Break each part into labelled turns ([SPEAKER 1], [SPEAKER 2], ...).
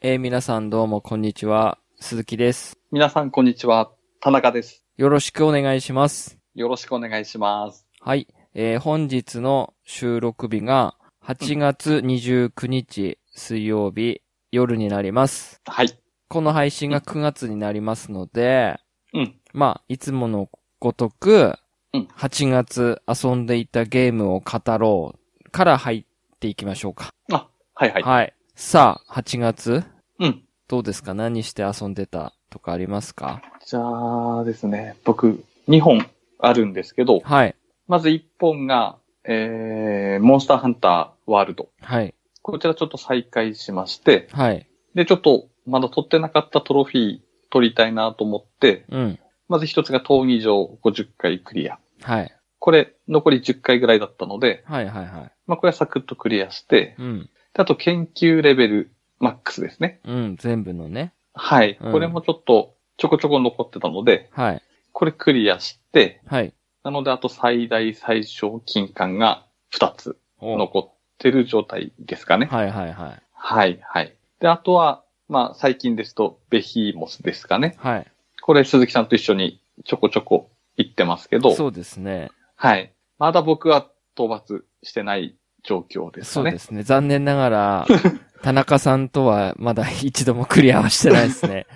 [SPEAKER 1] えー皆さんどうもこんにちは。鈴木です。
[SPEAKER 2] 皆さん、こんにちは。田中です。
[SPEAKER 1] よろしくお願いします。
[SPEAKER 2] よろしくお願いします。
[SPEAKER 1] はい。えー本日の収録日が8月29日水曜日夜になります。
[SPEAKER 2] はい。
[SPEAKER 1] この配信が9月になりますので、
[SPEAKER 2] うん。
[SPEAKER 1] まあ、いつものごとく、
[SPEAKER 2] うん
[SPEAKER 1] 8月遊んでいたゲームを語ろうから入っていきましょうか。
[SPEAKER 2] あ、はいはい。
[SPEAKER 1] はい。さあ、8月、
[SPEAKER 2] うん。
[SPEAKER 1] どうですか何して遊んでたとかありますか
[SPEAKER 2] じゃあですね、僕、2本あるんですけど、
[SPEAKER 1] はい。
[SPEAKER 2] まず1本が、えー、モンスターハンターワールド。
[SPEAKER 1] はい。
[SPEAKER 2] こちらちょっと再開しまして、
[SPEAKER 1] はい。
[SPEAKER 2] で、ちょっと、まだ取ってなかったトロフィー取りたいなと思って、
[SPEAKER 1] うん。
[SPEAKER 2] まず一つが闘技場50回クリア。
[SPEAKER 1] はい。
[SPEAKER 2] これ、残り10回ぐらいだったので、
[SPEAKER 1] はいはいはい。
[SPEAKER 2] まあ、これはサクッとクリアして、
[SPEAKER 1] うん。
[SPEAKER 2] であと研究レベルマックスですね。
[SPEAKER 1] うん。全部のね。
[SPEAKER 2] はい。
[SPEAKER 1] うん
[SPEAKER 2] これもちょっとちょこちょこ残ってたので、
[SPEAKER 1] はい。
[SPEAKER 2] これクリアして、
[SPEAKER 1] はい。
[SPEAKER 2] なのであと最大最小金管が2つ
[SPEAKER 1] お
[SPEAKER 2] 残ってる状態ですかね。
[SPEAKER 1] はいはいはい。
[SPEAKER 2] はい、はい。で、あとは、まあ最近ですと、ベヒーモスですかね。
[SPEAKER 1] はい。
[SPEAKER 2] これ鈴木さんと一緒にちょこちょこ行ってますけど、
[SPEAKER 1] そうですね。
[SPEAKER 2] はい。まだ僕は討伐してない状況です
[SPEAKER 1] そ
[SPEAKER 2] か
[SPEAKER 1] う
[SPEAKER 2] ね。
[SPEAKER 1] ですね。残念ながら、 田中さんとはまだ一度もクリアはしてないです ね。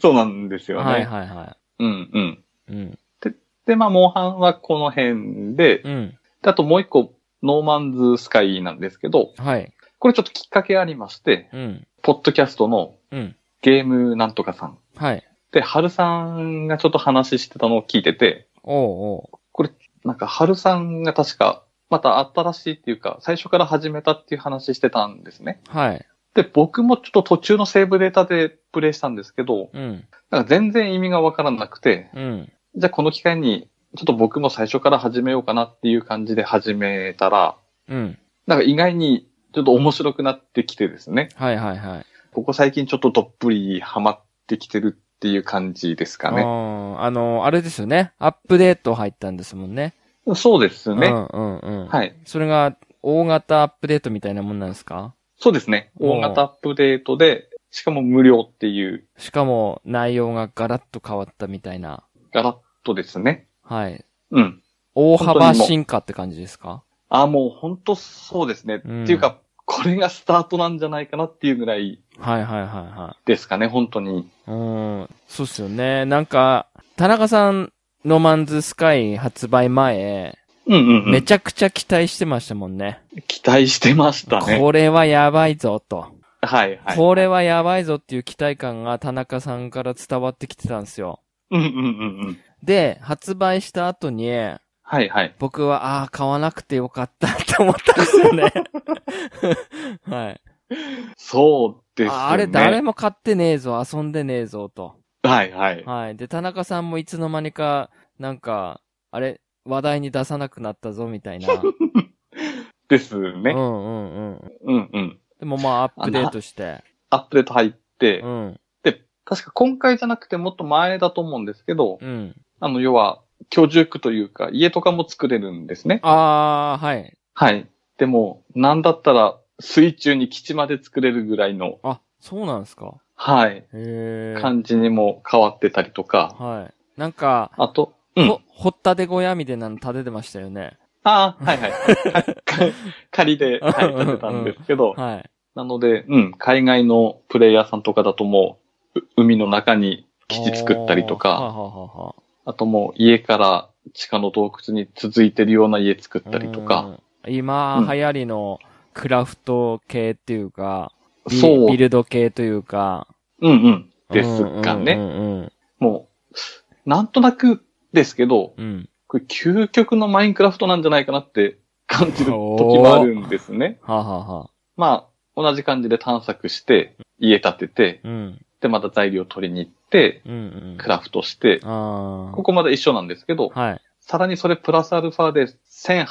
[SPEAKER 2] そうなんですよね。
[SPEAKER 1] はいはいは
[SPEAKER 2] うんう
[SPEAKER 1] い。
[SPEAKER 2] ん。
[SPEAKER 1] うん。
[SPEAKER 2] で、まあ、モンハンはこの辺で、
[SPEAKER 1] うん。
[SPEAKER 2] で、あともう一個、ノーマンズスカイなんですけど、
[SPEAKER 1] はい。
[SPEAKER 2] これちょっときっかけありまして、
[SPEAKER 1] うん。
[SPEAKER 2] ポッドキャストの
[SPEAKER 1] うん。
[SPEAKER 2] ゲームなんとかさん。
[SPEAKER 1] はい。
[SPEAKER 2] で、春さんがちょっと話してたのを聞いてて、
[SPEAKER 1] おうお
[SPEAKER 2] なんか春さんが確か、また新しいっていうか、最初から始めたっていう話してたんですね。
[SPEAKER 1] う。はい。
[SPEAKER 2] で、僕もちょっと途中のセーブデータでプレイしたんですけど、
[SPEAKER 1] うん。
[SPEAKER 2] なんか全然意味がわからなくて、
[SPEAKER 1] うん。
[SPEAKER 2] じゃあこの機会に、ちょっと僕も最初から始めようかなっていう感じで始めたら、
[SPEAKER 1] うん。
[SPEAKER 2] なんか意外にちょっと面白くなってきてですね。
[SPEAKER 1] はいはいはい。
[SPEAKER 2] ここ最近ちょっとどっぷりハマってきてるっていう感じですか
[SPEAKER 1] あ
[SPEAKER 2] ね。
[SPEAKER 1] ーあの、あれですよね。アップデート入ったんですもんね。
[SPEAKER 2] そうです
[SPEAKER 1] う
[SPEAKER 2] ね。
[SPEAKER 1] んうんうん。
[SPEAKER 2] はい。
[SPEAKER 1] それが、大型アップデートみたいなもんなんですか
[SPEAKER 2] そうですね。
[SPEAKER 1] うん
[SPEAKER 2] 大型アップデートで、しかも無料っていう、
[SPEAKER 1] しかも内容がガラッと変わったみたいな。
[SPEAKER 2] ガラッとですね。
[SPEAKER 1] はい。
[SPEAKER 2] うん。
[SPEAKER 1] 大幅進化って感じですか
[SPEAKER 2] あ、もう本当そうですね。
[SPEAKER 1] うん
[SPEAKER 2] っていうか、これがスタートなんじゃないかなっていうぐらい
[SPEAKER 1] はいはいはいは
[SPEAKER 2] ですかね、本当に。
[SPEAKER 1] い。うん。そうっすよね。なんか、田中さん、ノーマンズスカイ発売前、
[SPEAKER 2] うんうん、う
[SPEAKER 1] め
[SPEAKER 2] ん。
[SPEAKER 1] ちゃくちゃ期待してましたもんね。
[SPEAKER 2] 期待してましたね。
[SPEAKER 1] これはやばいぞと。
[SPEAKER 2] はいはい。
[SPEAKER 1] これはやばいぞっていう期待感が田中さんから伝わってきてたんですよ。
[SPEAKER 2] うんうんうんうん。
[SPEAKER 1] で、発売した後に、
[SPEAKER 2] はいはい。
[SPEAKER 1] 僕は、ああー、買わなくてよかったって思ったんです よね。はい。
[SPEAKER 2] そうですね。
[SPEAKER 1] ああれ誰も買ってねえぞ、遊んでねえぞ、と。
[SPEAKER 2] はいはい。
[SPEAKER 1] はい。で、田中さんもいつの間にか、なんか、あれ、話題に出さなくなったぞ、みたいな。
[SPEAKER 2] です
[SPEAKER 1] う
[SPEAKER 2] ね。
[SPEAKER 1] んうんうん。
[SPEAKER 2] うんうん。
[SPEAKER 1] でもまあ、アップデートして。
[SPEAKER 2] アップデート入って、
[SPEAKER 1] うん。
[SPEAKER 2] 確か今回じゃなくてもっと前だと思うんですけど、
[SPEAKER 1] うん。
[SPEAKER 2] あの、要は、居住区というか、家とかも作れるんですね。
[SPEAKER 1] ああ、はい。
[SPEAKER 2] はい。でも、なんだったら、水中に基地まで作れるぐらいの、
[SPEAKER 1] あ、そうなんですか。
[SPEAKER 2] はい、
[SPEAKER 1] へえ。
[SPEAKER 2] 感じにも変わってたりとか、
[SPEAKER 1] はい。なんか、
[SPEAKER 2] あと、うん。
[SPEAKER 1] ほ、ほったて小屋みたいなの建ててましたよね。
[SPEAKER 2] ああ、はいはい。 か仮で、はい、建てたんですけど、
[SPEAKER 1] はい。
[SPEAKER 2] なので、うん、海外のプレイヤーさんとかだともう、う海の中に基地作ったりと
[SPEAKER 1] あーは
[SPEAKER 2] か、
[SPEAKER 1] あはあはあ
[SPEAKER 2] あともう家から地下の洞窟に続いてるような家作ったりとか、
[SPEAKER 1] うん。今、
[SPEAKER 2] うん
[SPEAKER 1] 流行りのクラフト系っていうか、ビ
[SPEAKER 2] そう
[SPEAKER 1] ビルド系というか。
[SPEAKER 2] うんうん。ですか
[SPEAKER 1] うん
[SPEAKER 2] ね。
[SPEAKER 1] うん
[SPEAKER 2] もう、なんとなくですけど、
[SPEAKER 1] うんうん。
[SPEAKER 2] これ究極のマインクラフトなんじゃないかなって感じる時もあるんですね。
[SPEAKER 1] はあ、はあはあ、
[SPEAKER 2] まあ、同じ感じで探索して、家建てて、
[SPEAKER 1] うん。
[SPEAKER 2] で、また材料取りに行って、
[SPEAKER 1] うんうん。
[SPEAKER 2] クラフトして、
[SPEAKER 1] あ
[SPEAKER 2] ここまで一緒なんですけど、
[SPEAKER 1] あ。はい。
[SPEAKER 2] さらにそれプラスアルファで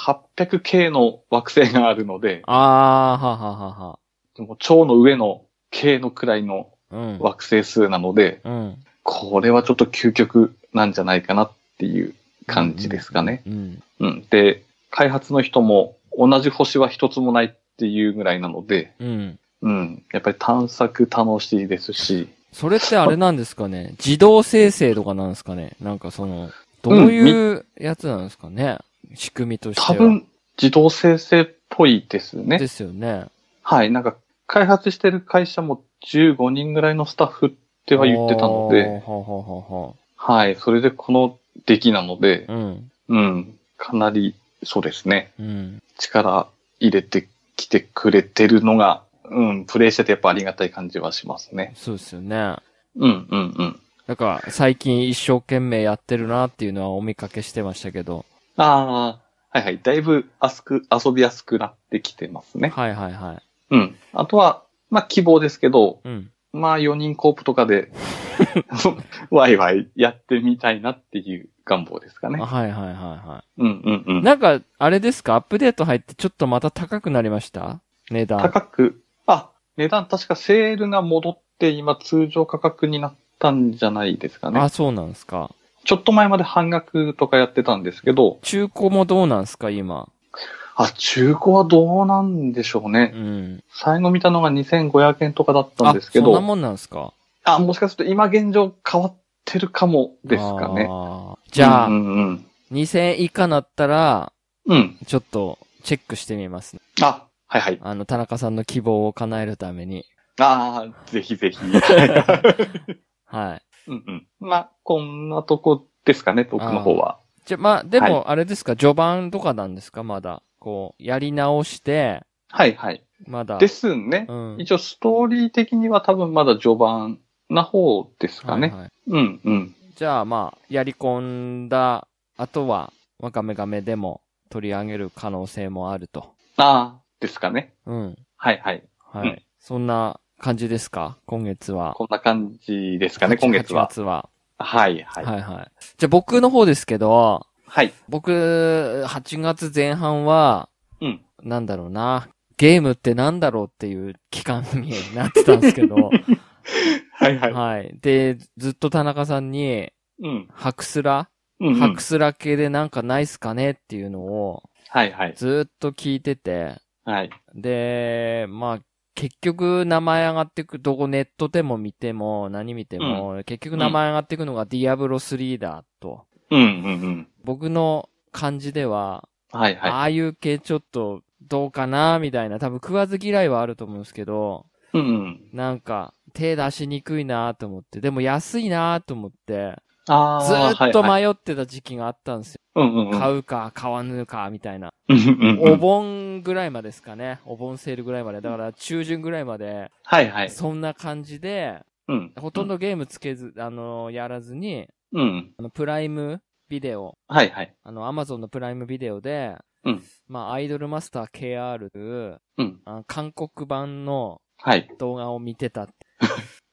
[SPEAKER 2] 1800K の惑星があるので、
[SPEAKER 1] ああ、はあはあは
[SPEAKER 2] もう超の上の K のくらいの
[SPEAKER 1] あ。うん。
[SPEAKER 2] 惑星数なので、
[SPEAKER 1] うん。
[SPEAKER 2] これはちょっと究極なんじゃないかなっていう感じですかね。
[SPEAKER 1] うん。
[SPEAKER 2] うん。で、開発の人も同じ星は一つもないっていうぐらいなので、
[SPEAKER 1] うん。
[SPEAKER 2] うん。やっぱり探索楽しいですし、
[SPEAKER 1] それってあれなんですか ね自動生成とかなんですかねなんかその、どういうやつなんですかね、仕組みとしては。
[SPEAKER 2] 多分自動生成っぽいですね
[SPEAKER 1] で。すよね。
[SPEAKER 2] はい。なんか開発してる会社も15人ぐらいのスタッフっては言ってたので、
[SPEAKER 1] あー。はははは
[SPEAKER 2] はい。それでこの出来なので、
[SPEAKER 1] うん。
[SPEAKER 2] うん。かなり、そうですね。
[SPEAKER 1] うん。
[SPEAKER 2] 力入れてきてくれてるのが、うん、プレイしててやっぱありがたい感じはしますね。
[SPEAKER 1] そうですよね。
[SPEAKER 2] うん、うん、うん。
[SPEAKER 1] だから、最近一生懸命やってるなっていうのはお見かけしてましたけど。
[SPEAKER 2] ああ、はいはい。だいぶあすく、遊びやすくなってきてますね。
[SPEAKER 1] はいはいはい。
[SPEAKER 2] うん。あとは、まあ、希望ですけど、
[SPEAKER 1] うん。
[SPEAKER 2] まあ、4人コープとかで、 ワイワイやってみたいなっていう願望ですか
[SPEAKER 1] あ
[SPEAKER 2] ね。
[SPEAKER 1] はいはいはいは
[SPEAKER 2] うん、うん、う
[SPEAKER 1] い。
[SPEAKER 2] ん。
[SPEAKER 1] なんか、あれですかアップデート入ってちょっとまた高くなりました値段。
[SPEAKER 2] 高く、あ、値段確かセールが戻って今通常価格になったんじゃないですかね
[SPEAKER 1] あ、。そうなんですか。
[SPEAKER 2] ちょっと前まで半額とかやってたんですけど、
[SPEAKER 1] 中古もどうなんですか今。
[SPEAKER 2] あ、中古はどうなんでしょうね
[SPEAKER 1] う。ん。
[SPEAKER 2] 最後見たのが2500円とかだったんですけ
[SPEAKER 1] あそんな
[SPEAKER 2] ど、
[SPEAKER 1] もんなんですか
[SPEAKER 2] あもしかすると今現状変わってるかもですかね。
[SPEAKER 1] あーじゃあ、
[SPEAKER 2] うんうん
[SPEAKER 1] 2000円以下なったら、
[SPEAKER 2] うん。うん。
[SPEAKER 1] ちょっとチェックしてみます、
[SPEAKER 2] あ、はいはい。
[SPEAKER 1] あの、田中さんの希望を叶えるために。
[SPEAKER 2] ああ、ぜひ ぜひ。
[SPEAKER 1] はい。
[SPEAKER 2] うんうん。まあ、こんなとこですかね、僕の方は。
[SPEAKER 1] じゃ、まあ、で
[SPEAKER 2] は
[SPEAKER 1] も、あれですか、序盤とかなんですかまだ。こう、やり直して、
[SPEAKER 2] はいはい。
[SPEAKER 1] まだ。
[SPEAKER 2] で。すね
[SPEAKER 1] う。ん。
[SPEAKER 2] 一応ストーリー的には多分まだ序盤な方ですかね。
[SPEAKER 1] はいはい
[SPEAKER 2] うんうん。
[SPEAKER 1] じゃあ、まあ、やり込んだ後は、わかめがめでも取り上げる可能性もあると。
[SPEAKER 2] ああ、ですかね。
[SPEAKER 1] うん。
[SPEAKER 2] はいはい。
[SPEAKER 1] はい。
[SPEAKER 2] うん
[SPEAKER 1] そんな感じですか今月は。
[SPEAKER 2] こんな感じですかね、今月
[SPEAKER 1] 8
[SPEAKER 2] は。
[SPEAKER 1] 月は。
[SPEAKER 2] はいは
[SPEAKER 1] はい
[SPEAKER 2] い。
[SPEAKER 1] はい。じゃあ、僕の方ですけど、
[SPEAKER 2] はい。
[SPEAKER 1] 僕、8月前半は、
[SPEAKER 2] うん。
[SPEAKER 1] なんだろうな、ゲームってなんだろうっていう期間になってたんですけど、
[SPEAKER 2] はいはい。
[SPEAKER 1] はい。で、ずっと田中さんに、
[SPEAKER 2] うん。
[SPEAKER 1] ハクスラ、
[SPEAKER 2] うん、
[SPEAKER 1] ハクスラ系でなんかないっすかねっていうのを、
[SPEAKER 2] はいはい。
[SPEAKER 1] ずっと聞いてて、
[SPEAKER 2] はい。
[SPEAKER 1] で、まあ、結局名前上がってく、どこネットでも見ても、何見ても、結局名前上がってくのがディアブロ3だと。
[SPEAKER 2] うんうんうん。
[SPEAKER 1] 僕の感じでは、
[SPEAKER 2] はいはい。
[SPEAKER 1] ああいう系ちょっとどうかなみたいな、多分食わず嫌いはあると思うんですけど、
[SPEAKER 2] うんうん。
[SPEAKER 1] なんか手出しにくいなと思って、でも安いなと思って、
[SPEAKER 2] ああ。
[SPEAKER 1] ずーっと
[SPEAKER 2] はいはい
[SPEAKER 1] 迷ってた時期があったんですよ。
[SPEAKER 2] うんうんうん。
[SPEAKER 1] 買うか買わぬかみたいな。
[SPEAKER 2] うんうんう
[SPEAKER 1] お
[SPEAKER 2] ん。
[SPEAKER 1] 盆ぐらいまでですかね。お盆セールぐらいまで。だから中旬ぐらいまで、
[SPEAKER 2] はいはい。
[SPEAKER 1] そんな感じで、
[SPEAKER 2] うん。
[SPEAKER 1] ほとん。どゲームつけず、あの、やらずに、
[SPEAKER 2] うん。
[SPEAKER 1] あの、プライムビデオ、
[SPEAKER 2] はいはい。
[SPEAKER 1] あの、アマゾンのプライムビデオで、
[SPEAKER 2] うん
[SPEAKER 1] まあ、アイドルマスター KR という
[SPEAKER 2] うん。
[SPEAKER 1] あ韓国版の
[SPEAKER 2] はい。
[SPEAKER 1] 動画を見てたっ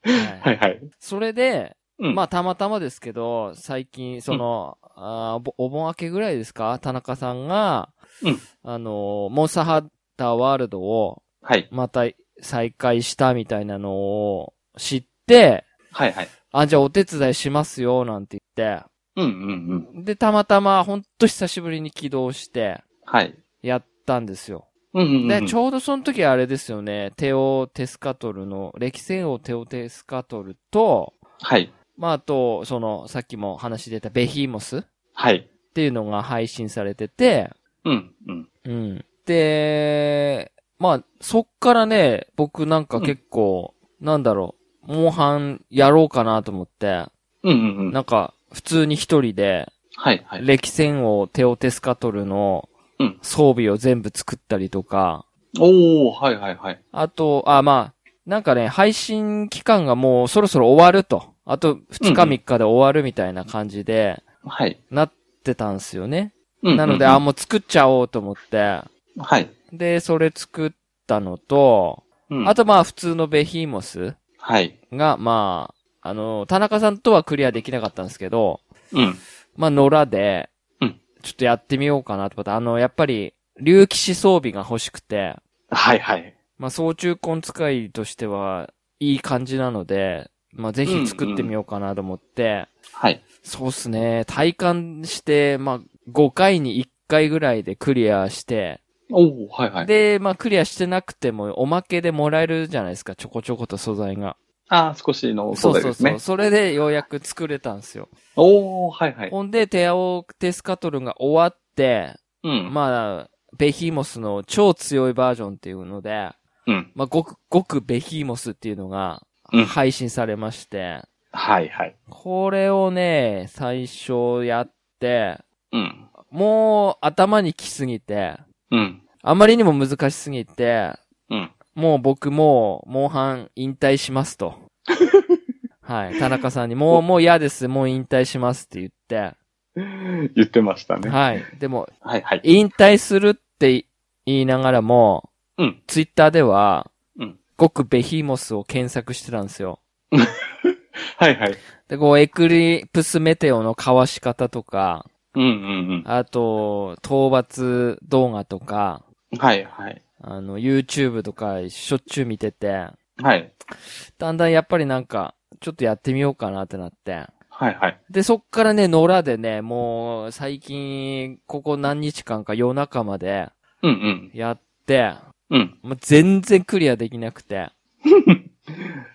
[SPEAKER 1] て。はい
[SPEAKER 2] はいはい。
[SPEAKER 1] それで、
[SPEAKER 2] うん。
[SPEAKER 1] まあ、たまたまですけど、最近、その、あーお盆お盆明けぐらいですか田中さんが、
[SPEAKER 2] うん
[SPEAKER 1] あのー、モンスターハンターワールドを、
[SPEAKER 2] はい。
[SPEAKER 1] また再開したみたいなのを知って、
[SPEAKER 2] はいはい。
[SPEAKER 1] あ、じゃあお手伝いしますよ、なんて言って。
[SPEAKER 2] うんうんうん。
[SPEAKER 1] で、たまたま、ほんと久しぶりに起動して、
[SPEAKER 2] はい。
[SPEAKER 1] やったんですよ。
[SPEAKER 2] うんうんうん。
[SPEAKER 1] で、ちょうどその時あれですよね、テオ・テスカトルの、歴戦王テオ・テスカトルと、
[SPEAKER 2] はい。
[SPEAKER 1] まあ、あと、その、さっきも話出たベヒーモスっ
[SPEAKER 2] はい。
[SPEAKER 1] ていうのが配信されてて、
[SPEAKER 2] うんうん。
[SPEAKER 1] うん。で、まあ、そっからね、僕なんか結構、なんだろう、モンハンやろうかなと思って、
[SPEAKER 2] うんうんうん。
[SPEAKER 1] なんか、普通に一人で、
[SPEAKER 2] はいはい。
[SPEAKER 1] 歴戦王テオ・テスカトルの
[SPEAKER 2] うん
[SPEAKER 1] 装備を全部作ったりとか、
[SPEAKER 2] おー、はいはいはい。
[SPEAKER 1] あと、あ、まあ、なんかね、配信期間がもうそろそろ終わると。あと2日
[SPEAKER 2] うん
[SPEAKER 1] 3日で終わるみたいな感じで、
[SPEAKER 2] はい。
[SPEAKER 1] なってたんですよね。
[SPEAKER 2] うんうんうん
[SPEAKER 1] なので、あ、もう作っちゃおうと思って。
[SPEAKER 2] はい。
[SPEAKER 1] で、それ作ったのと、
[SPEAKER 2] うん
[SPEAKER 1] あとまあ普通のベヒーモス
[SPEAKER 2] はい。
[SPEAKER 1] が、まあ、あの、田中さんとはクリアできなかったんですけど、
[SPEAKER 2] うん。
[SPEAKER 1] まあ、野良で、
[SPEAKER 2] うん
[SPEAKER 1] ちょっとやってみようかなと思って、あの、やっぱり、竜騎士装備が欲しくて、
[SPEAKER 2] はいはい。
[SPEAKER 1] まあ、総中根使いとしては、いい感じなので、まあ、ぜひ作ってみようかなと思って、
[SPEAKER 2] はい。
[SPEAKER 1] そうっすね、体感して、まあ、5回に1回ぐらいでクリアして、
[SPEAKER 2] おおはいはい。
[SPEAKER 1] で、まあクリアしてなくてもおまけでもらえるじゃないですか、ちょこちょこと素材が。
[SPEAKER 2] ああ、少しの素
[SPEAKER 1] そう
[SPEAKER 2] 材
[SPEAKER 1] そ
[SPEAKER 2] で
[SPEAKER 1] う
[SPEAKER 2] す
[SPEAKER 1] そ
[SPEAKER 2] ね
[SPEAKER 1] う。。それでようやく作れたんですよ。
[SPEAKER 2] おおはいはい。
[SPEAKER 1] ほんで、テアオテスカトルンが終わって、
[SPEAKER 2] うん。
[SPEAKER 1] まあ、ベヒーモスの超強いバージョンっていうので、
[SPEAKER 2] うん。
[SPEAKER 1] まあ、ごく、ごくベヒーモスっていうのが
[SPEAKER 2] うん
[SPEAKER 1] 配信されまして、
[SPEAKER 2] はいはい。
[SPEAKER 1] これをね、最初やって、
[SPEAKER 2] うん。
[SPEAKER 1] もう頭にきすぎて、
[SPEAKER 2] うん。
[SPEAKER 1] あまりにも難しすぎて、
[SPEAKER 2] うん。
[SPEAKER 1] もう僕もう、モンハン引退しますと。 はい。田中さんに、もう、もう嫌です。もう引退しますって言っ
[SPEAKER 2] 言ってました
[SPEAKER 1] て。
[SPEAKER 2] ね。
[SPEAKER 1] はい。でも、
[SPEAKER 2] はいはい。
[SPEAKER 1] 引退するって言いながらも、
[SPEAKER 2] うん
[SPEAKER 1] ツイッターでは、
[SPEAKER 2] うん
[SPEAKER 1] ごくベヒーモスを検索してたんですよ。
[SPEAKER 2] はいはい。
[SPEAKER 1] で、こう、エクリプスメテオのかわし方とか、
[SPEAKER 2] うんうん
[SPEAKER 1] あと、討伐動画とか、
[SPEAKER 2] うん。はいはい。
[SPEAKER 1] あの、YouTube とかしょっちゅう見てて、
[SPEAKER 2] はい。
[SPEAKER 1] だんだんやっぱりなんか、ちょっとやってみようかなってなって。
[SPEAKER 2] はいはい。
[SPEAKER 1] で、そっからね、野良でね、もう、最近、ここ何日間か夜中まで
[SPEAKER 2] うん
[SPEAKER 1] やって、
[SPEAKER 2] うん。うん。
[SPEAKER 1] もう全然クリアできなくて。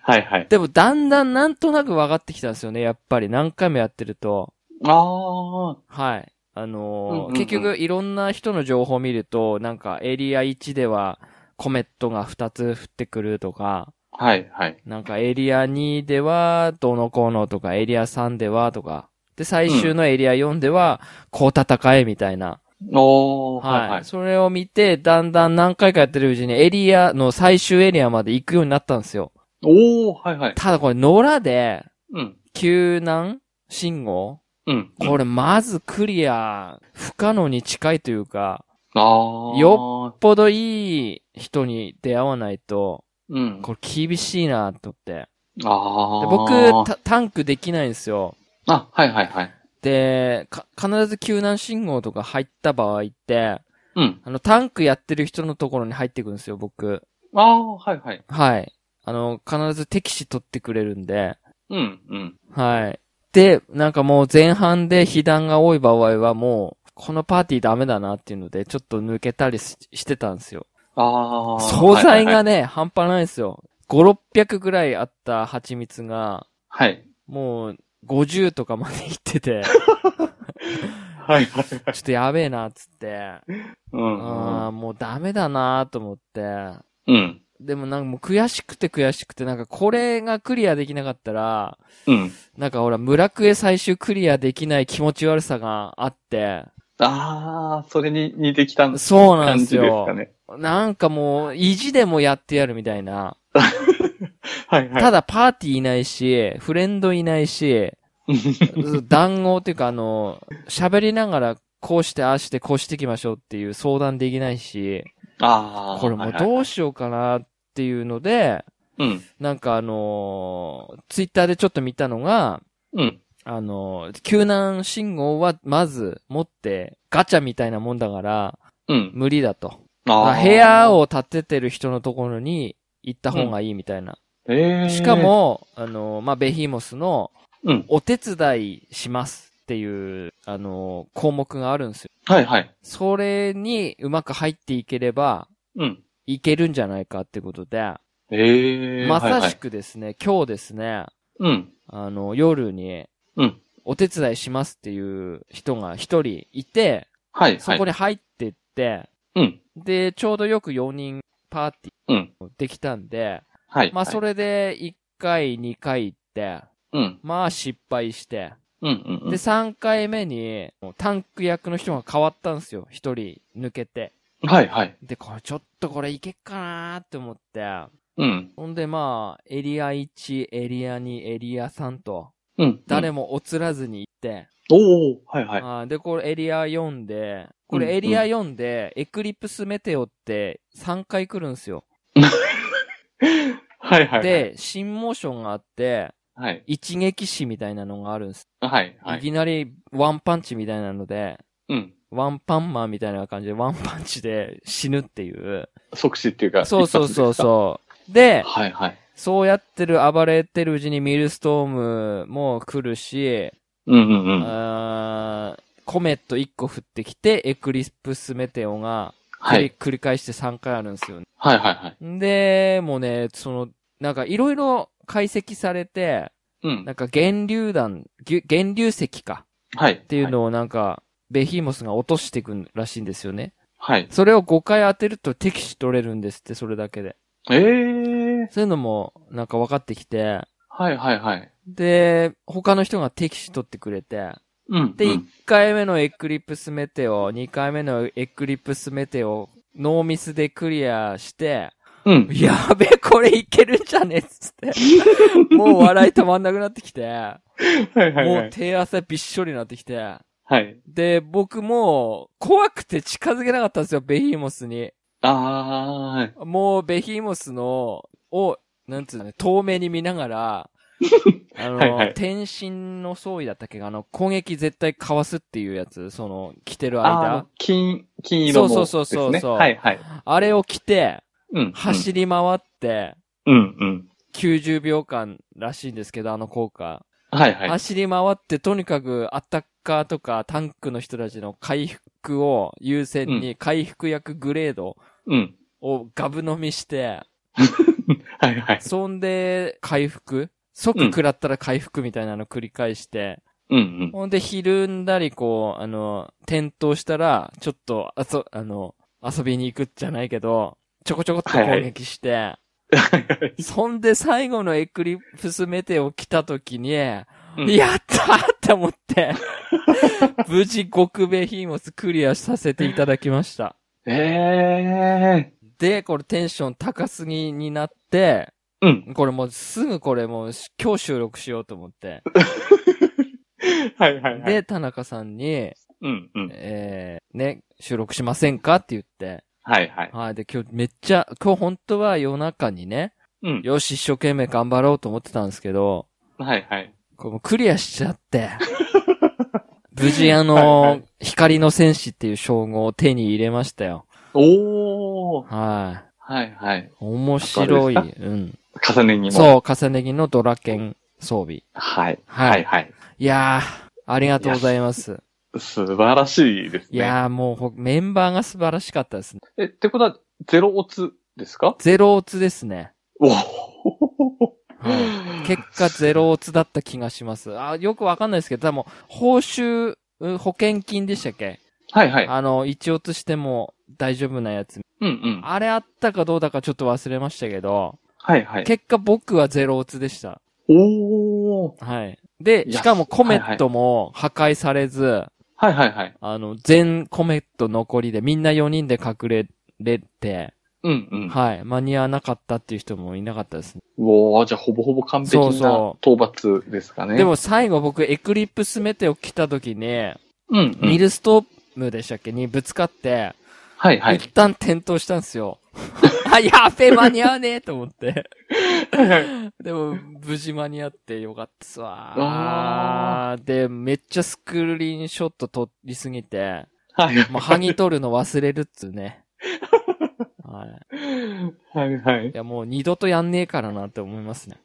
[SPEAKER 2] はいはい。
[SPEAKER 1] でも、だんだんなんとなく分かってきたんですよね、やっぱり。何回もやってると。
[SPEAKER 2] ああ。
[SPEAKER 1] はい。あのー
[SPEAKER 2] うんうんうん
[SPEAKER 1] 結局、いろんな人の情報を見ると、なんか、エリア1では、コメットが2つ降ってくるとか、
[SPEAKER 2] はいはい。
[SPEAKER 1] なんかエリア2ではどのこうのとか、エリア3ではとか、で、最終のエリア4ではこう戦えみたいな。
[SPEAKER 2] おー。
[SPEAKER 1] は、
[SPEAKER 2] はいいはい。
[SPEAKER 1] それを見て、だんだん何回かやってるうちにエリアの最終エリアまで行くようになったんですよ。
[SPEAKER 2] おー。はいはい。
[SPEAKER 1] ただこれ野良で
[SPEAKER 2] うん。
[SPEAKER 1] 救難信号
[SPEAKER 2] うん。
[SPEAKER 1] これまずクリア不可能に近いというか、
[SPEAKER 2] ああ。
[SPEAKER 1] よよっぽどいい人に出会わないと、
[SPEAKER 2] うん。
[SPEAKER 1] これ厳しいなと思って。
[SPEAKER 2] あ
[SPEAKER 1] で
[SPEAKER 2] あ。
[SPEAKER 1] 僕タ、タンクできないんですよ。
[SPEAKER 2] あ、はいはいはい。
[SPEAKER 1] で、か、必ず救難信号とか入った場合って、
[SPEAKER 2] うん。
[SPEAKER 1] あの、タンクやってる人のところに入ってくんですよ、僕。
[SPEAKER 2] ああ、はいはい。
[SPEAKER 1] はい。あの、必ず敵視取ってくれるんで、
[SPEAKER 2] うん、うん。
[SPEAKER 1] はい。で、なんかもう前半で被弾が多い場合はもう、このパーティーダメだなっていうので、ちょっと抜けたりししてたんですよ。
[SPEAKER 2] ああ。
[SPEAKER 1] 素材
[SPEAKER 2] は
[SPEAKER 1] が
[SPEAKER 2] い
[SPEAKER 1] ね、半端ないんですよ。5、600ぐらいあった蜂蜜が、
[SPEAKER 2] はいはい。
[SPEAKER 1] もう、50とかまでいって て、
[SPEAKER 2] はいはいはい。
[SPEAKER 1] ちょっとやべえな、っつって。
[SPEAKER 2] うん
[SPEAKER 1] ああ、もうダメだなと思って。
[SPEAKER 2] うん。
[SPEAKER 1] でもなんかもう悔しくて悔しくて、なんかこれがクリアできなかったら、
[SPEAKER 2] うん。
[SPEAKER 1] なんかほら、村クエ最終クリアできない気持ち悪さがあって、
[SPEAKER 2] ああ、それに似てきた
[SPEAKER 1] そうなん
[SPEAKER 2] 感
[SPEAKER 1] です
[SPEAKER 2] じです
[SPEAKER 1] よ
[SPEAKER 2] か。ね。
[SPEAKER 1] なんかもう、意地でもやってやるみたいな。
[SPEAKER 2] はいはい。
[SPEAKER 1] ただパーティーいないし、フレンドいないし、談合っていうかあの、喋りながら、こうして、ああして、こうしていきましょうっていう相談できないし、
[SPEAKER 2] ああ。
[SPEAKER 1] これもう
[SPEAKER 2] はい
[SPEAKER 1] ど
[SPEAKER 2] は
[SPEAKER 1] う
[SPEAKER 2] い
[SPEAKER 1] しようかなっていうので、
[SPEAKER 2] うん。
[SPEAKER 1] なんかあのーツイッターでちょっと見たのが、
[SPEAKER 2] うん。
[SPEAKER 1] あのー救難信号はまず持って、ガチャみたいなもんだから、
[SPEAKER 2] うん。
[SPEAKER 1] 無理だと。
[SPEAKER 2] あ
[SPEAKER 1] だから部屋。を建ててる人のところに行った方がいいみたいな。
[SPEAKER 2] ええ。
[SPEAKER 1] しか。も、あのーまあ、ベヒーモスの、
[SPEAKER 2] うん。
[SPEAKER 1] お手伝いしますっていう、あのー項目があるんですよ。
[SPEAKER 2] はいはい。
[SPEAKER 1] それにうまく入っていければ、
[SPEAKER 2] うん。
[SPEAKER 1] いけるんじゃないかってことで、
[SPEAKER 2] ええ。
[SPEAKER 1] ま
[SPEAKER 2] はい
[SPEAKER 1] さ
[SPEAKER 2] は
[SPEAKER 1] し
[SPEAKER 2] い
[SPEAKER 1] くですね、今日ですね、
[SPEAKER 2] うん。
[SPEAKER 1] あの、夜に、
[SPEAKER 2] うん
[SPEAKER 1] お手伝いしますっていう人が一人いて、
[SPEAKER 2] はい
[SPEAKER 1] そ
[SPEAKER 2] はい
[SPEAKER 1] こ。に入ってって、
[SPEAKER 2] うん。
[SPEAKER 1] で、ちょうどよく4人パーテ
[SPEAKER 2] うん。
[SPEAKER 1] ィーできたんで、
[SPEAKER 2] はい。
[SPEAKER 1] まあ、そ
[SPEAKER 2] れ。
[SPEAKER 1] れで1回、2回行って、
[SPEAKER 2] うん。
[SPEAKER 1] まあ、失敗して、
[SPEAKER 2] うんうんうん。
[SPEAKER 1] で、3回目に、タンク役の人が変わったんですよ。一人抜けて。
[SPEAKER 2] はいはい。
[SPEAKER 1] で、これちょっとこれいけっかなーって思って、
[SPEAKER 2] うん。
[SPEAKER 1] ほんでまあ、エリア1、エリア2、エリア3と、
[SPEAKER 2] うん。
[SPEAKER 1] 誰もおつらずに行って、
[SPEAKER 2] おおはいはい。
[SPEAKER 1] あーで、これエリア4で、こ
[SPEAKER 2] うん
[SPEAKER 1] れエリア4で、エクリプスメテオって3回来るんですよ。
[SPEAKER 2] はいはい。、
[SPEAKER 1] で、新モーションがあって、
[SPEAKER 2] はい。
[SPEAKER 1] 一撃死みたいなのがあるんです。
[SPEAKER 2] はいはいい。
[SPEAKER 1] きなりワンパンチみたいなので、
[SPEAKER 2] うん。
[SPEAKER 1] ワンパンマンみたいな感じでワンパンチで死ぬっていう。
[SPEAKER 2] 即死っていうか。
[SPEAKER 1] そうそうそう
[SPEAKER 2] う。
[SPEAKER 1] そう。で、
[SPEAKER 2] はいはい。
[SPEAKER 1] そうやってる、暴れてるうちにミルストームも来るし、
[SPEAKER 2] うんうんうん。
[SPEAKER 1] あーコメット1個降ってきて、エクリプスメテオが
[SPEAKER 2] は
[SPEAKER 1] 繰り
[SPEAKER 2] い。
[SPEAKER 1] 繰り返して3回あるんですよね。
[SPEAKER 2] はいはいはい。
[SPEAKER 1] で、もうね、その、なんかいろいろ解析されて、
[SPEAKER 2] うん
[SPEAKER 1] な。んか源流弾、ぎゅ源流石か
[SPEAKER 2] はい。っ
[SPEAKER 1] っていう。のをなんか、ベヒーモスが落としていくらしいんですよね。
[SPEAKER 2] はい。
[SPEAKER 1] それを5回当てると敵視取れるんですって、それだけで。
[SPEAKER 2] ええ。
[SPEAKER 1] そういうのも、なんか分かってきて、
[SPEAKER 2] はいはいはい。
[SPEAKER 1] で、他の人が敵視取ってくれて、
[SPEAKER 2] うん。
[SPEAKER 1] で、
[SPEAKER 2] う
[SPEAKER 1] 1
[SPEAKER 2] ん
[SPEAKER 1] 回目のエクリプスメテオ、2回目のエクリプスメテオ、ノーミスでクリアして、
[SPEAKER 2] うん。
[SPEAKER 1] やべ、これいけるんじゃねっつ って。もう笑い止まんなくなってきて、
[SPEAKER 2] はいはいは
[SPEAKER 1] もう
[SPEAKER 2] い。
[SPEAKER 1] 手汗びっしょりになってきて。
[SPEAKER 2] はい。
[SPEAKER 1] で、僕もう怖くて近づけなかったんですよ、ベヒーモスに。
[SPEAKER 2] あ
[SPEAKER 1] もうベヒーモスの、を、なんつうのね、透明に見ながら、あの、
[SPEAKER 2] はいはい
[SPEAKER 1] 天神の装備だったっけあの、攻撃絶対かわすっていうやつ、その、着てる
[SPEAKER 2] あ。あ
[SPEAKER 1] 間
[SPEAKER 2] あ。。金、金色の。
[SPEAKER 1] そうそうそうそう
[SPEAKER 2] ですねはいはい。
[SPEAKER 1] あれを着て、
[SPEAKER 2] うん。
[SPEAKER 1] 走り回って、
[SPEAKER 2] うん。うんうん。
[SPEAKER 1] 90秒間らしいんですけど、あの効果。
[SPEAKER 2] はいはい。
[SPEAKER 1] 走り回って、とにかくアタッカーとかタンクの人たちの回復を優先に、回復薬グレード
[SPEAKER 2] うん。
[SPEAKER 1] をガブ飲みして、
[SPEAKER 2] はいはい。
[SPEAKER 1] そんで回復即食らったら回復みたいなの繰り返して、
[SPEAKER 2] うんうん。
[SPEAKER 1] ほんで、ひるんだり、こう、あの、転倒したら、ちょっと、あそ、あの、遊びに行くじゃないけど、ちょこちょこっと攻撃して、
[SPEAKER 2] はいはい
[SPEAKER 1] そんで最後のエクリプスメテオ来た時に、
[SPEAKER 2] うん
[SPEAKER 1] やったーって思って、 無事極米ヒーモスクリアさせていただきました。
[SPEAKER 2] ええ。
[SPEAKER 1] で、これテンション高すぎになって、
[SPEAKER 2] うん。
[SPEAKER 1] これもうすぐこれもう今日収録しようと思って。
[SPEAKER 2] はいはいはい。
[SPEAKER 1] で、田中さんに、
[SPEAKER 2] うんうん。
[SPEAKER 1] えー、ね、収録しませんかって言って。
[SPEAKER 2] はいはい。
[SPEAKER 1] はい。で、今日めっちゃ、今日本当は夜中にね、
[SPEAKER 2] うん。
[SPEAKER 1] よし、一生懸命頑張ろうと思ってたんですけど、
[SPEAKER 2] はいはい。
[SPEAKER 1] このクリアしちゃ って、無事あの、
[SPEAKER 2] はいはい
[SPEAKER 1] 光の戦士っていう称号を手に入れましたよ。
[SPEAKER 2] おー。
[SPEAKER 1] はい。
[SPEAKER 2] はいはい。
[SPEAKER 1] 面白い。
[SPEAKER 2] あ
[SPEAKER 1] う
[SPEAKER 2] れ
[SPEAKER 1] ん。
[SPEAKER 2] 重ねにも。う。
[SPEAKER 1] そう、重ね着のドラケン装備。
[SPEAKER 2] はい。
[SPEAKER 1] はい
[SPEAKER 2] はいはい。
[SPEAKER 1] いやー、ありがとうございます。
[SPEAKER 2] 素晴らしいです
[SPEAKER 1] い
[SPEAKER 2] ね。
[SPEAKER 1] やー、もうほメンバーが素晴らしかったですね。
[SPEAKER 2] え、ってことは、ゼロオツですか
[SPEAKER 1] ゼロオツですね。
[SPEAKER 2] お
[SPEAKER 1] はい結果ゼロオツだった気がします。あーよくわかんないですけど、多分、報酬、うん保険金でしたっけ
[SPEAKER 2] はいはい。
[SPEAKER 1] あの、一オツしても大丈夫なやつ
[SPEAKER 2] うんうん。
[SPEAKER 1] あれあったかどうだかちょっと忘れましたけど、
[SPEAKER 2] はいはい。
[SPEAKER 1] 結果僕はゼロオツでした。
[SPEAKER 2] おー。
[SPEAKER 1] はい。で、
[SPEAKER 2] いや
[SPEAKER 1] しかもコメットも破壊されず、
[SPEAKER 2] はいはいはい。
[SPEAKER 1] あの、全コメット残りでみんな4人で隠れれて、
[SPEAKER 2] うんうん。
[SPEAKER 1] はい。間に合わなかったっていう人もいなかったですね。
[SPEAKER 2] おー、じゃあほぼほぼ完璧
[SPEAKER 1] そう
[SPEAKER 2] な
[SPEAKER 1] そ
[SPEAKER 2] 討伐ですかね。
[SPEAKER 1] で、も最後僕エクリプスメテオ来た時に、
[SPEAKER 2] うん、う
[SPEAKER 1] ミ
[SPEAKER 2] ん。
[SPEAKER 1] ルストームでしたっけにぶつかって、
[SPEAKER 2] はい はい。
[SPEAKER 1] 一旦転倒したんですよ。 あ、やべえ、間に合わねえと思って。でも、無事間に合ってよかったっすわー。で、めっちゃスクリーンショット撮りすぎて、
[SPEAKER 2] はい
[SPEAKER 1] もう、はぎ取るの忘れるっつうね。 はい。
[SPEAKER 2] はいはい
[SPEAKER 1] い。や、もう二度とやんねえからなって思います ね。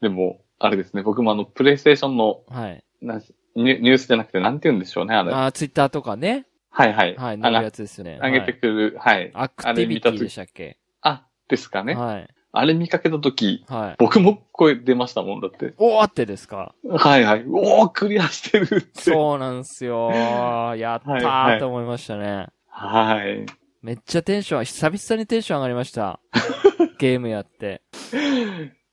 [SPEAKER 2] でも、あれですね、僕もあの、プレイステーションの、
[SPEAKER 1] はい。
[SPEAKER 2] なんしニュニュースじゃなくて、なんて言うんでしょうね、あれ。は
[SPEAKER 1] あー、ツイッターとかね。
[SPEAKER 2] いはい。
[SPEAKER 1] はい、
[SPEAKER 2] あ
[SPEAKER 1] なる
[SPEAKER 2] が
[SPEAKER 1] やつですよね。
[SPEAKER 2] 上げて
[SPEAKER 1] はい
[SPEAKER 2] くる、はい。
[SPEAKER 1] アクティビティでしたっけ
[SPEAKER 2] あ、ですかね。
[SPEAKER 1] はい。
[SPEAKER 2] あれ見かけたとき、
[SPEAKER 1] はい。
[SPEAKER 2] 僕も声出ましたもんだって。
[SPEAKER 1] おーってです か
[SPEAKER 2] はいはい。おー、クリアしてるって。
[SPEAKER 1] そうなんすよー。やった
[SPEAKER 2] はいは
[SPEAKER 1] ー
[SPEAKER 2] い
[SPEAKER 1] と思いましたね。
[SPEAKER 2] はい。
[SPEAKER 1] めっちゃテンション、久々にテンション上がりま した。ゲームやって。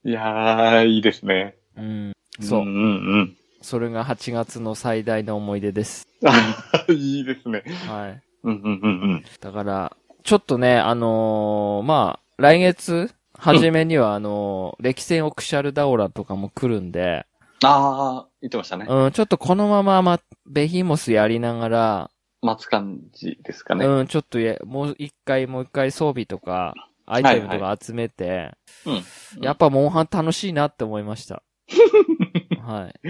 [SPEAKER 2] いやー、いいですね。
[SPEAKER 1] うん。そう。
[SPEAKER 2] うんうん
[SPEAKER 1] それが8月の最大の思い出です。
[SPEAKER 2] うん。 あいいですね。
[SPEAKER 1] はい。
[SPEAKER 2] うんうんうんうん。
[SPEAKER 1] だから、ちょっとね、あのーまあ、来月、初め には、あのー歴戦オクシャルダオラとかも来るんで、
[SPEAKER 2] あー、言ってましたね。
[SPEAKER 1] うん、ちょっとこのまま、ま、ベヒモスやりながら、
[SPEAKER 2] 待つ感じですかね。
[SPEAKER 1] うん、ちょっとや、もう一回、もう一回装備とか、アイテムと
[SPEAKER 2] は
[SPEAKER 1] か集めて、
[SPEAKER 2] うん
[SPEAKER 1] やっぱモンハン楽しいなって思いま した。はい。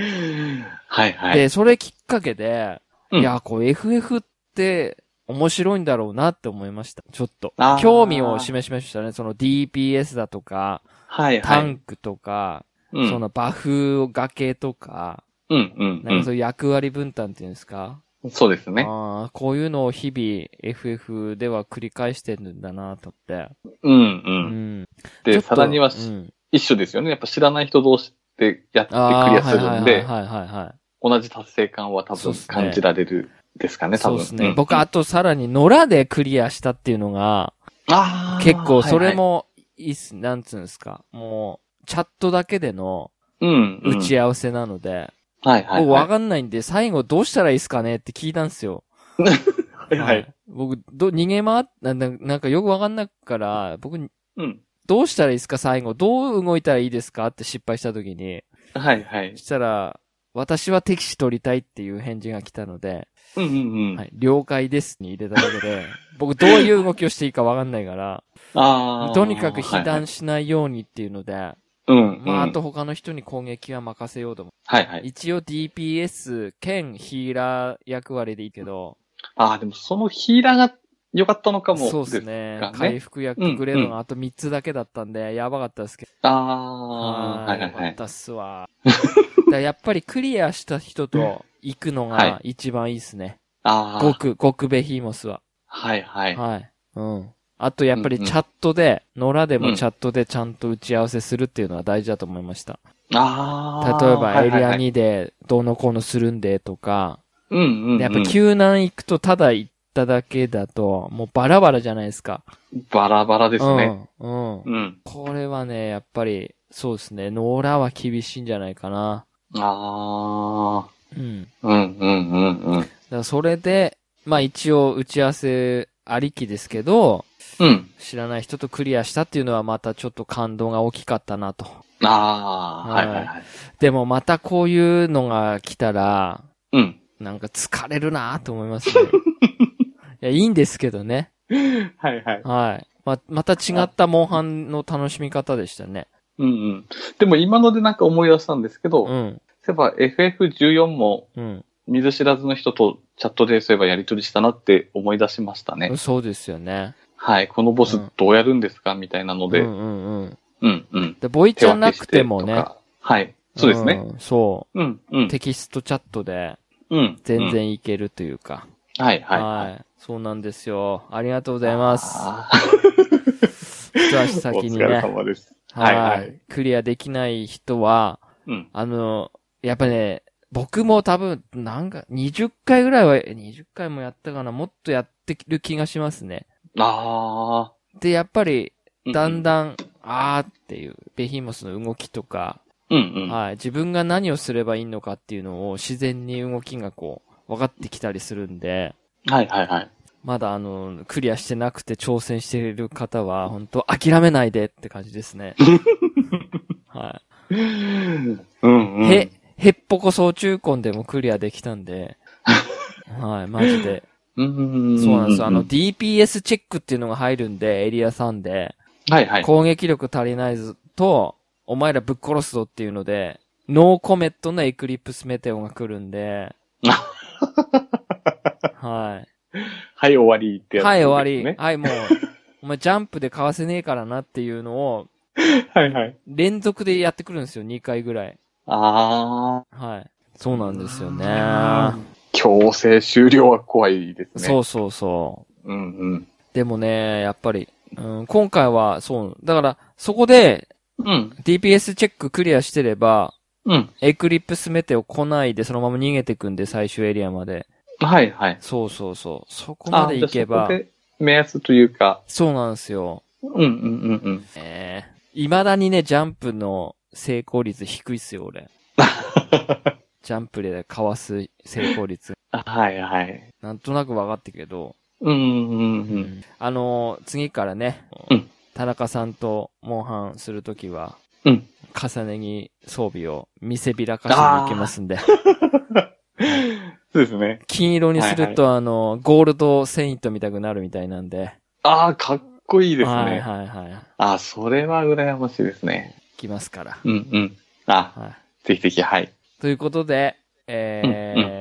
[SPEAKER 2] はいはい。
[SPEAKER 1] で、それきっかけで、
[SPEAKER 2] うん
[SPEAKER 1] いや、こう FF って面白いんだろうなって思いました。ちょっと
[SPEAKER 2] あ。ー
[SPEAKER 1] 興味を示しましたね。その DPS だとか、
[SPEAKER 2] はいは
[SPEAKER 1] タ
[SPEAKER 2] い。
[SPEAKER 1] ンクとか、
[SPEAKER 2] うん
[SPEAKER 1] そのバフ崖とか、
[SPEAKER 2] うんうん。
[SPEAKER 1] なんかそういう役割分担っていうんですか、
[SPEAKER 2] そうですね。
[SPEAKER 1] ああ、こういうのを日々 FF では繰り返してるんだなと思って。
[SPEAKER 2] うんう。
[SPEAKER 1] うんん。ちょ
[SPEAKER 2] で、
[SPEAKER 1] っと
[SPEAKER 2] さらに
[SPEAKER 1] う
[SPEAKER 2] は、
[SPEAKER 1] ん
[SPEAKER 2] 一緒ですよね。やっぱ知らない人同士でやってク
[SPEAKER 1] ああ
[SPEAKER 2] リアするんで、
[SPEAKER 1] はいはいはいはい、はい。
[SPEAKER 2] 同じ達成感は多
[SPEAKER 1] そうっ
[SPEAKER 2] 分
[SPEAKER 1] すね
[SPEAKER 2] 感じられるですかね、多
[SPEAKER 1] そう
[SPEAKER 2] 分。
[SPEAKER 1] ですね。
[SPEAKER 2] ん
[SPEAKER 1] 僕、あとさらに野良でクリアしたっていうのが、
[SPEAKER 2] あー
[SPEAKER 1] 結構それ
[SPEAKER 2] は
[SPEAKER 1] も、いいっす、なんつうんですか。もう、チャットだけでの
[SPEAKER 2] いはいうん、うん。
[SPEAKER 1] 打ち合わせなので、
[SPEAKER 2] はいはい、
[SPEAKER 1] もう
[SPEAKER 2] は
[SPEAKER 1] わ
[SPEAKER 2] い。
[SPEAKER 1] かんないんで、最後どうしたらいいっすかねって聞いたんですよ。
[SPEAKER 2] はいはい。。
[SPEAKER 1] 僕、ど、逃げ回っな、ななんかよくわかんないから、僕、
[SPEAKER 2] うん。
[SPEAKER 1] どうしたらいいっすか最後。どう動いたらいいですかって失敗した時に、
[SPEAKER 2] はいはい
[SPEAKER 1] そ。したら、私は敵視取りたいっていう返事が来たので、
[SPEAKER 2] うんうんうん。
[SPEAKER 1] はい、了解ですに入れただけで、僕どういう動きをしていいかわかんないから、
[SPEAKER 2] ああ。
[SPEAKER 1] とにかく被
[SPEAKER 2] はいはい
[SPEAKER 1] 弾しないようにっていうので、
[SPEAKER 2] うん、うん。
[SPEAKER 1] まあ、あと他の人に攻撃は任せようと思
[SPEAKER 2] はい
[SPEAKER 1] う。
[SPEAKER 2] はい。
[SPEAKER 1] 一応 DPS 兼ヒーラー役割でいいけど、
[SPEAKER 2] ああ、でもそのヒーラーが良かったのかも。
[SPEAKER 1] そうです。ね
[SPEAKER 2] かね
[SPEAKER 1] 回復
[SPEAKER 2] うんう
[SPEAKER 1] 役
[SPEAKER 2] ん
[SPEAKER 1] グレードがあと3つだけだったんで、やばかったですけど。
[SPEAKER 2] ああー、はいはい
[SPEAKER 1] よか
[SPEAKER 2] は
[SPEAKER 1] っ
[SPEAKER 2] い。
[SPEAKER 1] たっすわ。だからやっぱりクリアした人と行くのが
[SPEAKER 2] は
[SPEAKER 1] 一番いいっすね。
[SPEAKER 2] あ
[SPEAKER 1] ご
[SPEAKER 2] あ、
[SPEAKER 1] く、ごくべヒーモスは。
[SPEAKER 2] はいはい。
[SPEAKER 1] はい。うん。あとやっぱり
[SPEAKER 2] うんう
[SPEAKER 1] チ
[SPEAKER 2] ん
[SPEAKER 1] ャットで、野良で
[SPEAKER 2] う
[SPEAKER 1] も
[SPEAKER 2] ん
[SPEAKER 1] チャットでちゃんと打ち合わせするっていうのは大事だと思いました。
[SPEAKER 2] ああ。
[SPEAKER 1] 例えばエリ
[SPEAKER 2] は
[SPEAKER 1] ア
[SPEAKER 2] いはいはい。
[SPEAKER 1] 2でどうのこうのするんでとか、
[SPEAKER 2] うんうん、うん。
[SPEAKER 1] でやっぱ救難行くとただ行っただけだと、もうバラバラじゃないですか。
[SPEAKER 2] バラバラですね。
[SPEAKER 1] うん。うん。
[SPEAKER 2] うん。
[SPEAKER 1] これはね、やっぱり、そうですね、野良は厳しいんじゃないかな。
[SPEAKER 2] ああ。
[SPEAKER 1] うん。
[SPEAKER 2] うんうんうんうん。
[SPEAKER 1] だからそれで、まあ一応打ち合わせありきですけど、
[SPEAKER 2] うん。
[SPEAKER 1] 知らない人とクリアしたっていうのはまたちょっと感動が大きかったなと。
[SPEAKER 2] ああ、
[SPEAKER 1] は
[SPEAKER 2] はいいはいはい。
[SPEAKER 1] でもまたこういうのが来たら、
[SPEAKER 2] うん。
[SPEAKER 1] なんか疲れるなと思いますね。いや、いいんですけどね。
[SPEAKER 2] はいはい。
[SPEAKER 1] はい。ま、また違ったモンハンの楽しみ方でしたね。
[SPEAKER 2] うんうん。でも今のでなんか思い出したんですけど、
[SPEAKER 1] う。
[SPEAKER 2] そうんいえば FF14 も
[SPEAKER 1] うん。
[SPEAKER 2] 見ず知らずの人とチャットでそういえばやりとりしたなって思い出しましたね。
[SPEAKER 1] そうですよね。
[SPEAKER 2] はい。このボスどうやるんですか、みたいなので、
[SPEAKER 1] う
[SPEAKER 2] うんん、
[SPEAKER 1] うんうん。
[SPEAKER 2] うん、
[SPEAKER 1] で、ボイ
[SPEAKER 2] 手
[SPEAKER 1] ちゃ
[SPEAKER 2] 分
[SPEAKER 1] な
[SPEAKER 2] け
[SPEAKER 1] く
[SPEAKER 2] して
[SPEAKER 1] て
[SPEAKER 2] と
[SPEAKER 1] も
[SPEAKER 2] か。
[SPEAKER 1] ね。
[SPEAKER 2] はい。そうですね。
[SPEAKER 1] んそ
[SPEAKER 2] うん、う
[SPEAKER 1] う。
[SPEAKER 2] ん。
[SPEAKER 1] テキストチャットで
[SPEAKER 2] うん。
[SPEAKER 1] 全然いけるというか。
[SPEAKER 2] うん。はい、はい。。
[SPEAKER 1] はいい。そうなんですよ。ありがとうございます。
[SPEAKER 2] あ
[SPEAKER 1] 一足
[SPEAKER 2] ー
[SPEAKER 1] 先に
[SPEAKER 2] お疲れ
[SPEAKER 1] ね。
[SPEAKER 2] 様です。
[SPEAKER 1] は
[SPEAKER 2] はいいはい
[SPEAKER 1] クリアできない人は、
[SPEAKER 2] うん。
[SPEAKER 1] あの、やっぱね、僕も多分、なんか、20回ぐらいは、え20回もやったかな、もっとやってる気がしますね。
[SPEAKER 2] あ
[SPEAKER 1] で、やっぱり、
[SPEAKER 2] ー。
[SPEAKER 1] だんだん、あーっていう、ベヒーモスの動きとか、
[SPEAKER 2] うん、うん、うん。
[SPEAKER 1] はい、自分が何をすればいいのかっていうのを自然に動きがこう、分かってきたりするんで、
[SPEAKER 2] はい、はい、はい。
[SPEAKER 1] まだあの、クリアしてなくて挑戦している方は、本当諦めないでって感じです ね。は
[SPEAKER 2] うん、う
[SPEAKER 1] い。
[SPEAKER 2] ん。
[SPEAKER 1] へ、へっぽこ総中根でもクリアできたんで、はい、マジで。
[SPEAKER 2] うん、うんうん。
[SPEAKER 1] そうなんですよ。あの、DPS チェックっていうのが入るんで、エリア3で、
[SPEAKER 2] はい、はい。
[SPEAKER 1] 攻撃力足りないぞと、お前らぶっ殺すぞっていうので、ノーコメットのエクリプスメテオが来るん で、はい。
[SPEAKER 2] はい、終わりってやつ、
[SPEAKER 1] はい、終わり。
[SPEAKER 2] ね。
[SPEAKER 1] はい、もう、 お前ジャンプでかわせねえからなっていうのを、
[SPEAKER 2] はい、はい。
[SPEAKER 1] 連続でやってくるんですよ、2回ぐらい。
[SPEAKER 2] あ
[SPEAKER 1] はい。そうなんですよ
[SPEAKER 2] あ
[SPEAKER 1] ね。。
[SPEAKER 2] 強制終了は怖いですね。
[SPEAKER 1] そうそうそう。
[SPEAKER 2] う。うん、うん。
[SPEAKER 1] でもね、やっぱり、うん、今回はそう、だから、そこで
[SPEAKER 2] うん、
[SPEAKER 1] DPS チェッククリアしてれば、
[SPEAKER 2] うん。
[SPEAKER 1] エクリプスメテオ来ないでそのまま逃げてくんで、最終エリアまで。
[SPEAKER 2] はい、はい。
[SPEAKER 1] そうそうそう。そこまで行けば
[SPEAKER 2] あじゃあそこ、で目安というか、
[SPEAKER 1] そうなんですよ。
[SPEAKER 2] うん、うん、うん、うん。
[SPEAKER 1] ええ未だにね、ジャンプの成功率低いっすよ、俺。ジャンプでかわす成功率。
[SPEAKER 2] はいはい。
[SPEAKER 1] なんとなく分かってけど、
[SPEAKER 2] うん、うん、うん。
[SPEAKER 1] あのー次からね、
[SPEAKER 2] うん
[SPEAKER 1] 田中さんとモンハンするときは、
[SPEAKER 2] うん
[SPEAKER 1] 重ね着装備を見せびらかしに行きますんで、
[SPEAKER 2] そうですね。
[SPEAKER 1] 金色にすると、あのーゴールドセイントみたくなるみたいなんで、
[SPEAKER 2] ああ、かっこいいですね。
[SPEAKER 1] はいはいはい、行
[SPEAKER 2] ああ、それは羨ましいですね。
[SPEAKER 1] きますから。
[SPEAKER 2] うん、うん。あ、
[SPEAKER 1] はい、
[SPEAKER 2] ぜひぜひ、はい。
[SPEAKER 1] ということで、えー
[SPEAKER 2] うん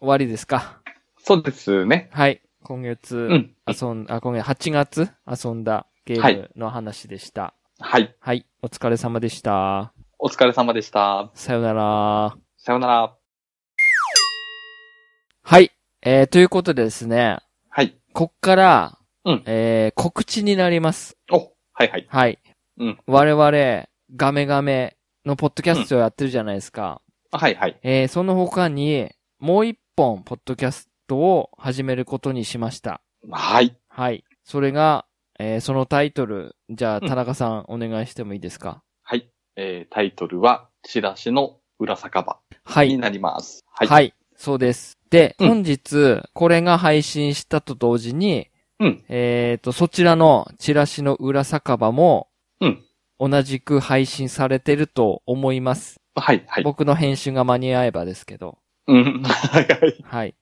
[SPEAKER 1] 終わりですか。
[SPEAKER 2] そうですね。
[SPEAKER 1] はい、今月、
[SPEAKER 2] うん。
[SPEAKER 1] 遊ん、あ、今月8月遊んだゲ
[SPEAKER 2] は
[SPEAKER 1] ーム
[SPEAKER 2] い
[SPEAKER 1] の話でした。
[SPEAKER 2] はい。
[SPEAKER 1] はい、お疲れ様でした。
[SPEAKER 2] お疲れ様でした。
[SPEAKER 1] さよなら。
[SPEAKER 2] さようなら。
[SPEAKER 1] はい、えー、ということでですね、
[SPEAKER 2] はい。
[SPEAKER 1] こっから、
[SPEAKER 2] うん
[SPEAKER 1] えー、告知になります。
[SPEAKER 2] お、はいはい。
[SPEAKER 1] はい。
[SPEAKER 2] うん
[SPEAKER 1] 我々、ガメガメのポッドキャストをやってるじゃないですか。
[SPEAKER 2] あはいはい。
[SPEAKER 1] えー、その他に、もう一本、ポッドキャストを始めることにしました。
[SPEAKER 2] はい。
[SPEAKER 1] はい。それが、えー、そのタイトル、じゃあ、
[SPEAKER 2] うん
[SPEAKER 1] 田中さん、お願いしてもいいですか
[SPEAKER 2] はい。えー、タイトルは、チラシの裏酒場
[SPEAKER 1] は
[SPEAKER 2] に
[SPEAKER 1] い。
[SPEAKER 2] なります。は。
[SPEAKER 1] はいい。そうです。で、
[SPEAKER 2] うん
[SPEAKER 1] 本日、これが配信したと同時に、
[SPEAKER 2] うん
[SPEAKER 1] えっ、と、そちらのチラシの裏酒場も、
[SPEAKER 2] うん
[SPEAKER 1] 同じく配信されてると思います。
[SPEAKER 2] はいはい。
[SPEAKER 1] 僕の編集が間に合えばですけど。
[SPEAKER 2] うん。 はいはい。
[SPEAKER 1] はい。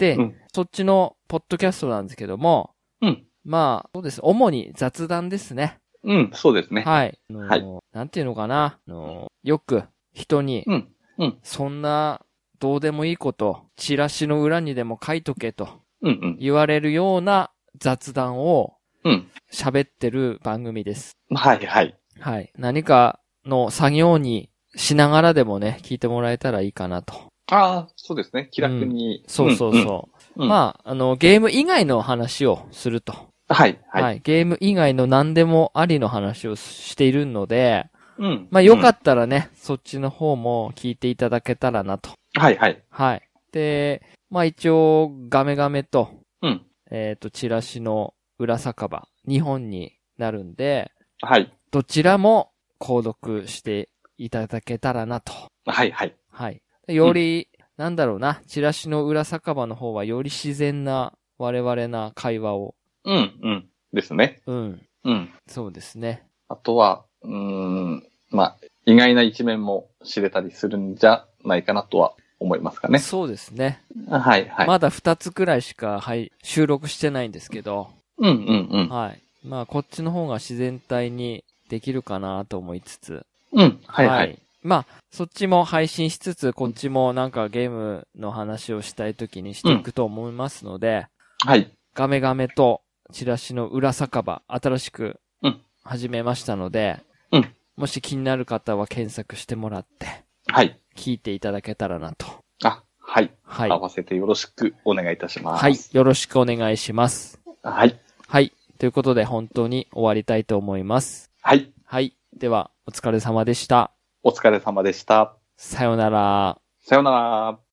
[SPEAKER 1] で、
[SPEAKER 2] うん
[SPEAKER 1] そっちのポッドキャストなんですけども、
[SPEAKER 2] うん。
[SPEAKER 1] まあ、そうです。主に雑談ですね。
[SPEAKER 2] うん、そうですね。
[SPEAKER 1] はい。あのー
[SPEAKER 2] はい
[SPEAKER 1] なんていうのかな。あのーよく人に、
[SPEAKER 2] うん。
[SPEAKER 1] そんなどうでもいいこと、チラシの裏にでも書いとけと
[SPEAKER 2] うんうん。
[SPEAKER 1] 言われるような雑談を
[SPEAKER 2] うん。
[SPEAKER 1] 喋ってる番組です。
[SPEAKER 2] はいはい。
[SPEAKER 1] はい。何かの作業にしながらでもね、聞いてもらえたらいいかなと。
[SPEAKER 2] ああ、そうですね。気楽に。
[SPEAKER 1] そうそうそう。
[SPEAKER 2] あ。
[SPEAKER 1] まあ、あの、ゲーム以外の話をすると。
[SPEAKER 2] はい
[SPEAKER 1] はい、
[SPEAKER 2] はい。
[SPEAKER 1] ゲーム以外の何でもありの話をしているので、
[SPEAKER 2] うん。
[SPEAKER 1] まあよか
[SPEAKER 2] っ
[SPEAKER 1] ったらね、そっちの方も聞いていただけたらなと。
[SPEAKER 2] た。はいはい。
[SPEAKER 1] はい。で、まあ一応、ガメガメと、
[SPEAKER 2] うん。
[SPEAKER 1] えっ、と、チラシの裏酒場、日本になるんで、
[SPEAKER 2] はい。
[SPEAKER 1] どちらも購読していただけたらなと。
[SPEAKER 2] はいはい。
[SPEAKER 1] はい。でより、なんだろうな、チラシの裏酒場の方はより自然な我々な会話を。
[SPEAKER 2] うんうん。ですね。
[SPEAKER 1] うん。
[SPEAKER 2] うん。
[SPEAKER 1] そうですね。
[SPEAKER 2] あとは、うーん。まあ、意外な一面も知れたりするんじゃないかなとは思いますかね。
[SPEAKER 1] そうですね。
[SPEAKER 2] はいはい。
[SPEAKER 1] まだ二つくらいしか、はい、収録してないんですけど、
[SPEAKER 2] うんうん
[SPEAKER 1] はい。まあ、こっちの方が自然体にできるかなと思いつつ、
[SPEAKER 2] うん。うん。はいはい。
[SPEAKER 1] まあ、そっちも配信しつつ、こっちもなんかゲームの話をしたい時にしていくと思いますので、
[SPEAKER 2] はい。
[SPEAKER 1] ガメガメとチラシの裏酒場、新しく
[SPEAKER 2] うん
[SPEAKER 1] 始めましたので、
[SPEAKER 2] うん
[SPEAKER 1] もし気になる方は検索してもらって、
[SPEAKER 2] はい。
[SPEAKER 1] 聞いていただけたらなと。
[SPEAKER 2] あ、はい。
[SPEAKER 1] はい
[SPEAKER 2] 合。わせてよろしくお願いいたします。
[SPEAKER 1] はい。よろしくお願いします。
[SPEAKER 2] はい。
[SPEAKER 1] はい。ということで、本当に終わりたいと思います。
[SPEAKER 2] はい。
[SPEAKER 1] はい。では、お疲れ様でした。
[SPEAKER 2] お疲れ様でした。
[SPEAKER 1] さようなら。
[SPEAKER 2] さようなら。